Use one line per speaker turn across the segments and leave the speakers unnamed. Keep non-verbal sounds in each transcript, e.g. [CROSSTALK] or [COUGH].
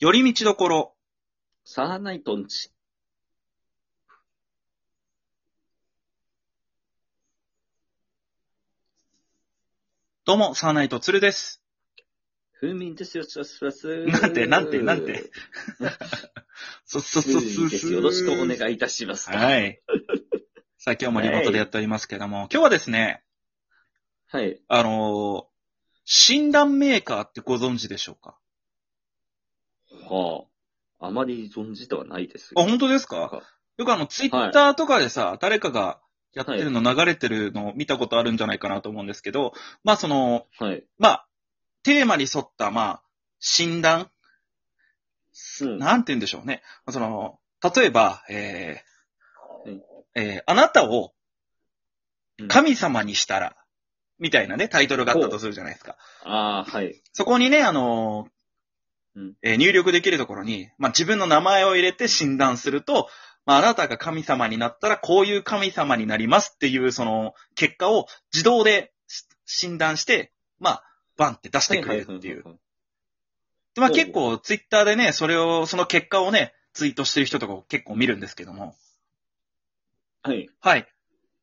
寄り道どころ。
サーナイトンチ。
どうも、サーナイトツルです。
風味ですよ、ちょすす。
なんてなんてなんて。そ、そ、
風
そ、そ、
味です。よろしくお願いいたします。い。
はい。さあ、今日もリモートでやっておりますけども、今日はですね、
はい。
あのー診断メーカーってご存知でしょうか
はあ。あまり存じてはないです。
あ、本当ですかよくあの、ツイッターとかでさ、誰かがやってるの流れてるのを見たことあるんじゃないかなと思うんですけど、まあその、
はい。
まあ、テーマに沿った、まあ、診断
うん。
なんて言うんでしょうね。その、例えば、えー
うん
えーあなたを
うん
神様にしたら、みたいなね、タイトルがあったとするじゃないですか。
ああ、はい。
そこにね、あのー
うん
えー入力できるところに、まあ、自分の名前を入れて診断すると、まあ、あなたが神様になったら、こういう神様になりますっていう、その、結果を自動でし診断して、まあ、バンって出してくれるっていう。
ははは
でまあ
ほう
結構ツイッターでね、それを、その結果をね、ツイートしてる人とかを結構見るんですけども。
はい。はい。
はい。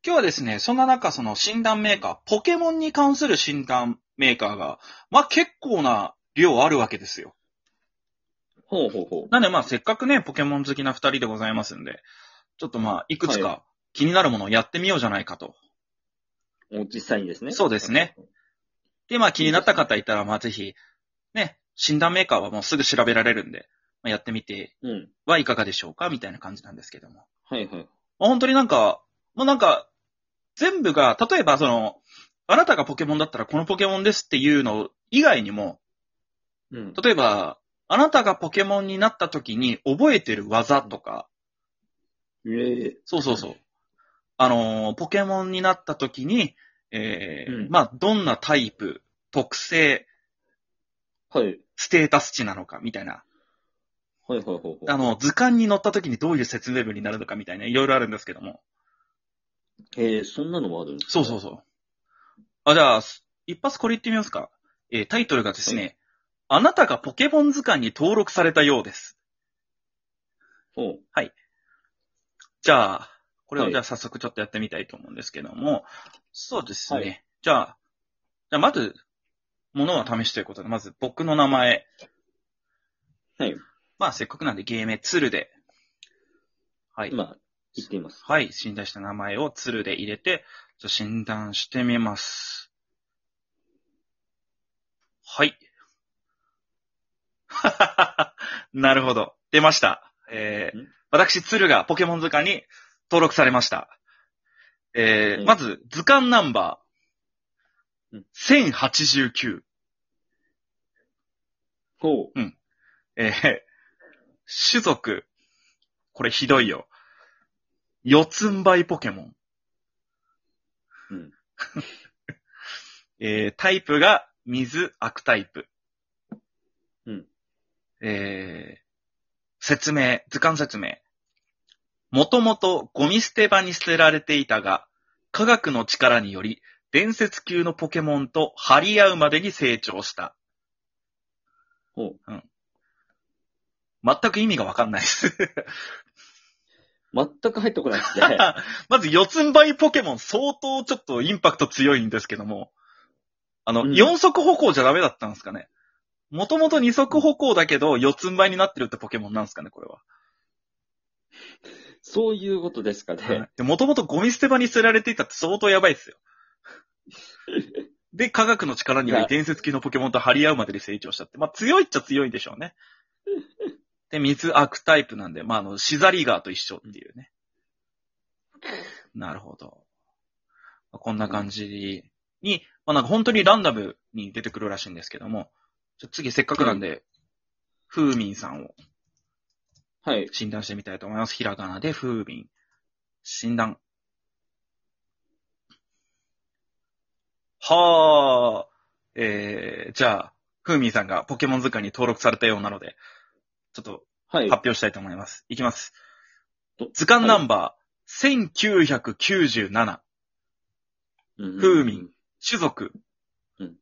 今日はですね、そんな中、その診断メーカー、ポケモンに関する診断メーカーが、まあ結構な量あるわけですよ。
ほうほうほ
なんでまあせっかくね、ポケモン好きな二人でございますんで、ちょっとまあいくつか気になるものをやってみようじゃないかと。
う。お実際にですね。
そうですね。で、まあ気になった方いたら、まあぜひ、ね、診断メーカーはもうすぐ調べられるんで、まあ、やってみて
うん。
はいかがでしょうかみたいな感じなんですけども。
はいはい。
まあ本当になんか、もうなんか、全部が、例えばその、あなたがポケモンだったらこのポケモンですっていうの以外にも、
うん。
例えば、あなたがポケモンになった時に覚えてる技とか、
ええ。
そうそうそう。あのー、ポケモンになった時に、えー
うん
まあ、どんなタイプ、特性、
はい。
ステータス値なのかみたいな。
はいはいはいはい。
あの、図鑑に載った時にどういう説明文になるのかみたいな、いろいろあるんですけども。
ええ、そんなのもあるんです。
そうそううそう。あ、じゃあ、す一発これ言ってみますか。えータイトルがですね、あなたがポケモン図鑑に登録されたようです。
ほう。
じゃあ、これ
は
を
い
じゃあ早速ちょっとやってみたいと思うんですけども、そうですね。
は
じゃあ、じゃあまず、ものは試しということで、まず僕の名前。
はい。
まあせっかくなんで芸名、鶴で。はい。
今、言っています。
はい。診断した名前を鶴で入れて、じゃあ診断してみます。はい。 [LAUGHS] なるほど。出ました。えー
ん、
私、鶴がポケモン図鑑に登録されました。え
う
ー、
ん
まず、図鑑ナンバ
うん
ー、1089。
ほう。
えー、種族、これひどいよ。四つん這いポケモン。
うん。
[LAUGHS] えー、タイプが水、悪タイプ。
うん。
えー、説明、図鑑説明。もともとゴミ捨て場に捨てられていたが、科学の力により、伝説級のポケモンと張り合うまでに成長した。
ほう。
全く意味がわかんないです。
全く入ってこないで
[LAUGHS]
すね。
まず四つん這いポケモン相当ちょっとインパクト強いんですけども、あの、
うん
四足歩行じゃダメだったんですかね。もともと二足歩行だけど四つん這いになってるってポケモンなんですかね、これは。
そういうことですかね。
で、もともとゴミ捨て場に捨てられていたって相当やばい
[LAUGHS]
ですよ。で、科学の力によ
い
り
や
伝説級のポケモンと張り合うまでに成長したって。まあ強いっちゃ強いんでしょう
[LAUGHS]
ね。で、水悪タイプなんで、まああの、シザリガーと一緒っていうね。なるほど。まあこんな感じに、まあなんか本当にランダムに出てくるらしいんですけども、ちょ次せっかくなんで、ふうみんさんを
はい。
診断してみたいと思います。ひらがなで風鈴。診断。はあ。えー、じゃあ、風鈴さんがポケモン図鑑に登録されたようなので、ちょっと
はい。
発表したいと思います。いきます
ど。
図鑑ナンバー、1997。
うん
風味。種族。
うん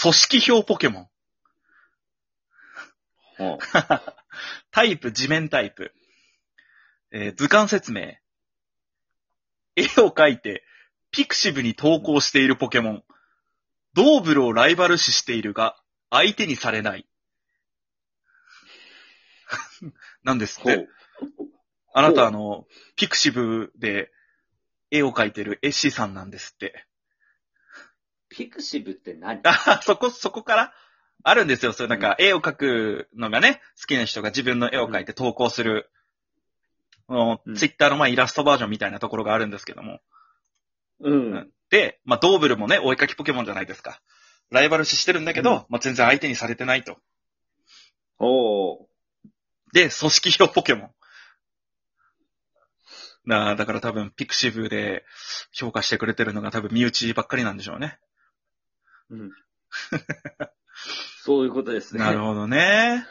組織票ポケモン。
はあおー
タイプ、地面タイプ。えー図鑑説明。絵を描いて、ピクシブに投稿しているポケモン。ドーブルをライバル視しているが、相手にされない。 [LAUGHS] なんですっ
ほ
て。
う。
あな
ほ
た、
う
あの、ピクシブで絵を描いてる絵師さんなんですって。
ピクシブって何
あそこ、そこからあるんですよ。そういうなんか、絵を描くのがね、好きな人が自分の絵を描いて投稿する、
うん
ツイッターのまあイラストバージョンみたいなところがあるんですけども。
うん。
で、まあ、ドーブルもね、追いかきポケモンじゃないですか。ライバル視してるんだけど、
うん
まあ、全然相手にされてないと。
おー。
で、組織票ポケモン。なあ、だから多分、ピクシブで評価してくれてるのが多分、身内ばっかりなんでしょうね。 [LAUGHS]
うん。そういうことですね。
なるほどね。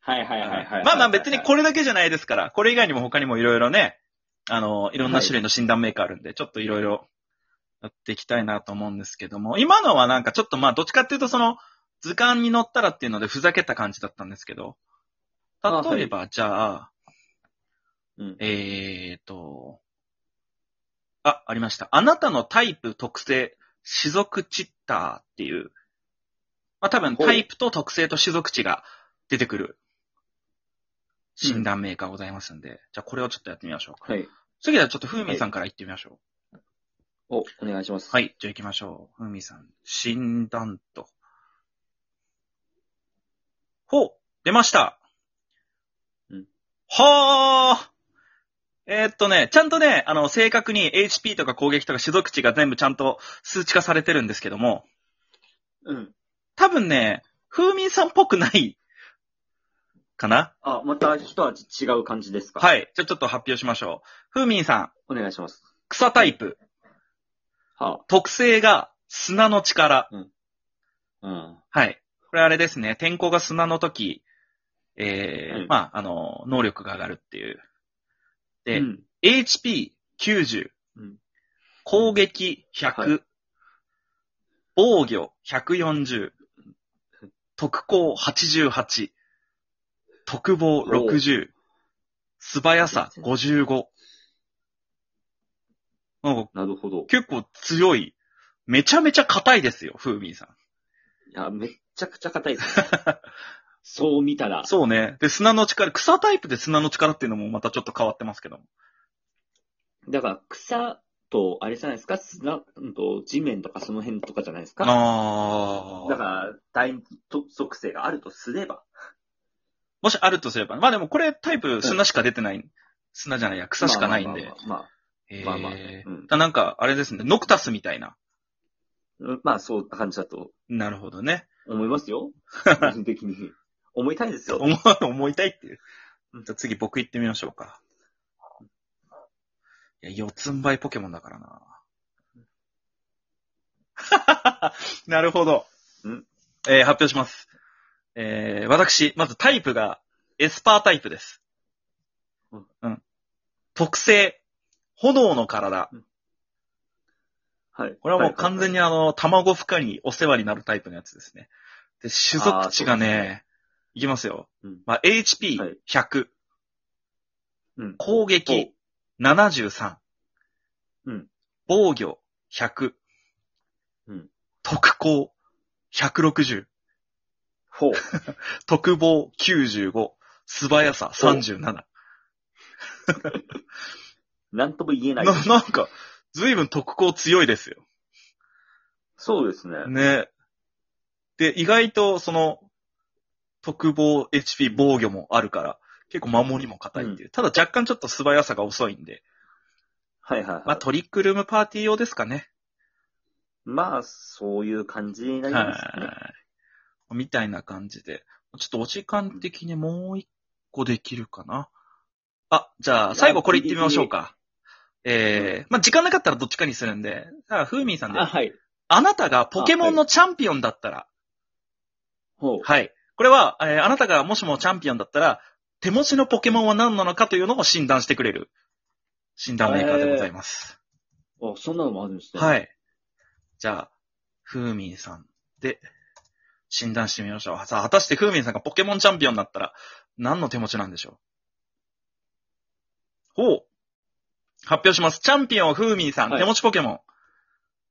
はいはいはいはい。
まあまあ別にこれだけじゃないですから、これ以外にも他にもいろいろね、あの、いろんな種類の診断メーカーあるんで、ちょっといろいろやっていきたいなと思うんですけども、今のはなんかちょっとまあどっちかっていうとその、図鑑に載ったらっていうのでふざけた感じだったんですけど、
あはい
例えばじゃあ、
うん。
えーと、あ、ありました。あなたのタイプ特性、種族チッターっていう、まあ多分
ほう
タイプと特性と種族値が出てくる診断メーカーございますんで、じゃあこれをちょっとやってみましょうか。
はい。
次はちょっとふうみんさんから言ってみましょ
お、お願いします。
う。はい、じゃあ行きましょう。ふうみんさん、診断と。ほう、出ました。
うん
はーえーっとね、ちゃんとね、あの、正確に HP とか攻撃とか種族値が全部ちゃんと数値化されてるんですけども、
うん。
多分ね、風民さんっぽくない、かな
あ、また一味違う感じですかい。
はい。じゃあちょっと発表しましょう。風民さん、
お願いします。
草タイプ、
は
特性が砂の力。
あ。うん。
はい。これあれですね、天候が砂の時、えー
うん
まあ、あの、能力が上がるっていう。で、
うん
HP90、
うん
攻撃100、
は
防御140、特攻88、特防60、素早さ55。なんか
なるほど。
結構強い。めちゃめちゃ硬いですよ、風味さん。
いや、めっちゃくちゃ硬いで
[LAUGHS]
すね。そう見たら。
そうね。で、砂の力、草タイプで砂の力っていうのもまたちょっと変わってますけども。
だから、草と、あれじゃないですか砂、うんと、地面とかその辺とかじゃないですか
ああ。
だから、大特属性があるとすれば。
もしあるとすれば。まあでもこれタイプ砂しか出てない。砂じゃないや、草しかないんで。
まあまあまあまあ
へー
まあまあねうん
だなんか、あれですね、ノクタスみたいな。
うんまあ、そういう感じだと
なるほどね。
思いま
[LAUGHS]
すよ。個人的に。思いたいですよ。
思、思いたいっていう。 [LAUGHS]
うん
じゃあ次僕行ってみましょうか。いや、四つん這いポケモンだからな。 [LAUGHS] なるほど。
うん
えー発表します。えー私、まずタイプがエスパータイプです。
うん
うん。特性、炎の体。
はい。
これはもう完全にあの、卵孵化にお世話になるタイプのやつですね。で、種族値がね、いきますよ。
うん
まあ、HP100、
はいうん
攻撃73、
うん
防御100、
うん
特攻160、
ほう。
特防95、素早さ37。
なんとも言えな。
ないなんか、随分特攻強いですよ。
そうですね。
ね。で、意外と、その、特防、HP、防御もあるから、結構守りも硬いっていう。ただ若干ちょっと素早さが遅いんで、
はいはいはい。
まあトリックルームパーティー用ですかね。
まあ、そういう感じになりますね。
はい。みたいな感じで。ちょっとお時間的にもう一個できるかな。あ、じゃあ、最後これ言ってみましょうか。えー、まあ時間なかったらどっちかにするんで、じゃあ、ふうみんさんで、
あ、はい。
あなたがポケモンのチャンピオンだったら、
ほう。
はい。これは、えーあなたがもしもチャンピオンだったら、手持ちのポケモンは何なのかというのを診断してくれる、診断メーカーでございます。
あ、そんなのもあるんですね。。
はいい。じゃあ、ふうみんさんで、診断してみましょう。さあ、果たしてクーミンさんがポケモンチャンピオンになったら、何の手持ちなんでしょうほう。発表します。チャンピオン、フーミンさん、
はい
手持ちポケモン。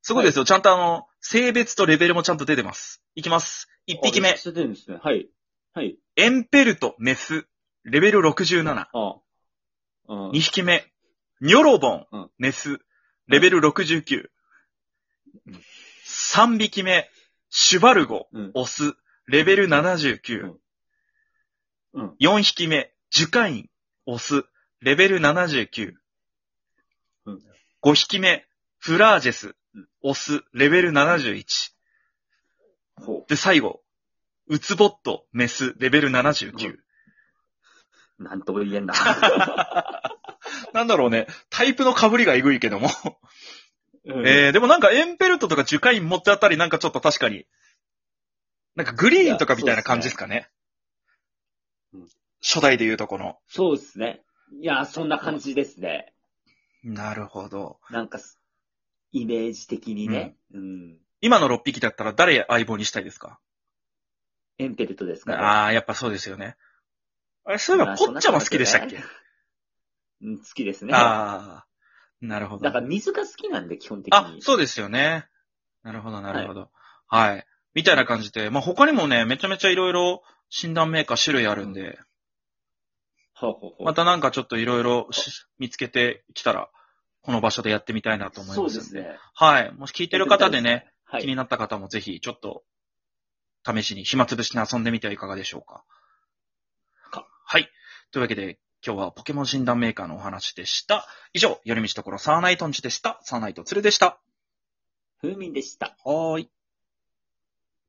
すごいですよ。ちゃんとあの、性別とレベルもちゃんと出てます。いきます。1匹
あ
目
一。緒出るんですね。はい。はい。
エンペルト、メス。レベル67。
ああ。うん
2匹目。ニョロボン
うん、
メス。レベル69。3匹目。シュバルゴ、
うん。
オス。レベル
う
79
ん。うん。
4匹目。ジュカイン、オス。レベル79
うん。
5匹目。フラージェス
うん、
オス。レベル71。
ほ
で、最後。ウツボット、メス。レベル79。
う。なんとも言えんな。
なんだろうね。タイプの被りがえぐいけども。
う
[LAUGHS]
ん
えー、でもなんかエンペルトとかジュカイン持ってあたりなんかちょっと確かに、なんかグリーンとかみたいな感じですかね。
そうです
初代で言うとこの。
そうですね。いや、そんな感じですね。
なるほど。
なんかす、イメージ的にね。うん。
今の6匹だったら誰相棒にしたいですか
エンペルトですから、
あー、やっぱそうですよね。あれ、そういえばポッチャも好きでしたっけ、
うん、好きですね。
あー、 [LAUGHS] なるほど。
だから水が好きなんで、基本的に。
あ、そうですよね。なるほど、なるほど。はい。みたいな感じで、まあ、他にもね、めちゃめちゃいろいろ診断メーカー種類あるんで、
ほうほうほう。
またなんかちょっといろいろし見つけてきたら、この場所でやってみたいなと思い
そ
ま
う
すん
で
で。
すね。
はい。もし聞いてる方でね、
は
気に
い。
なった方もぜひちょっと、試しに暇つぶしに遊んでみてはいかがでしょうか。
か
はい。というわけで、今日はポケモン診断メーカーのお話でした。以上、寄り道ところサーナイトンチでした。サーナイトツルでした。
風味でした。
はーい。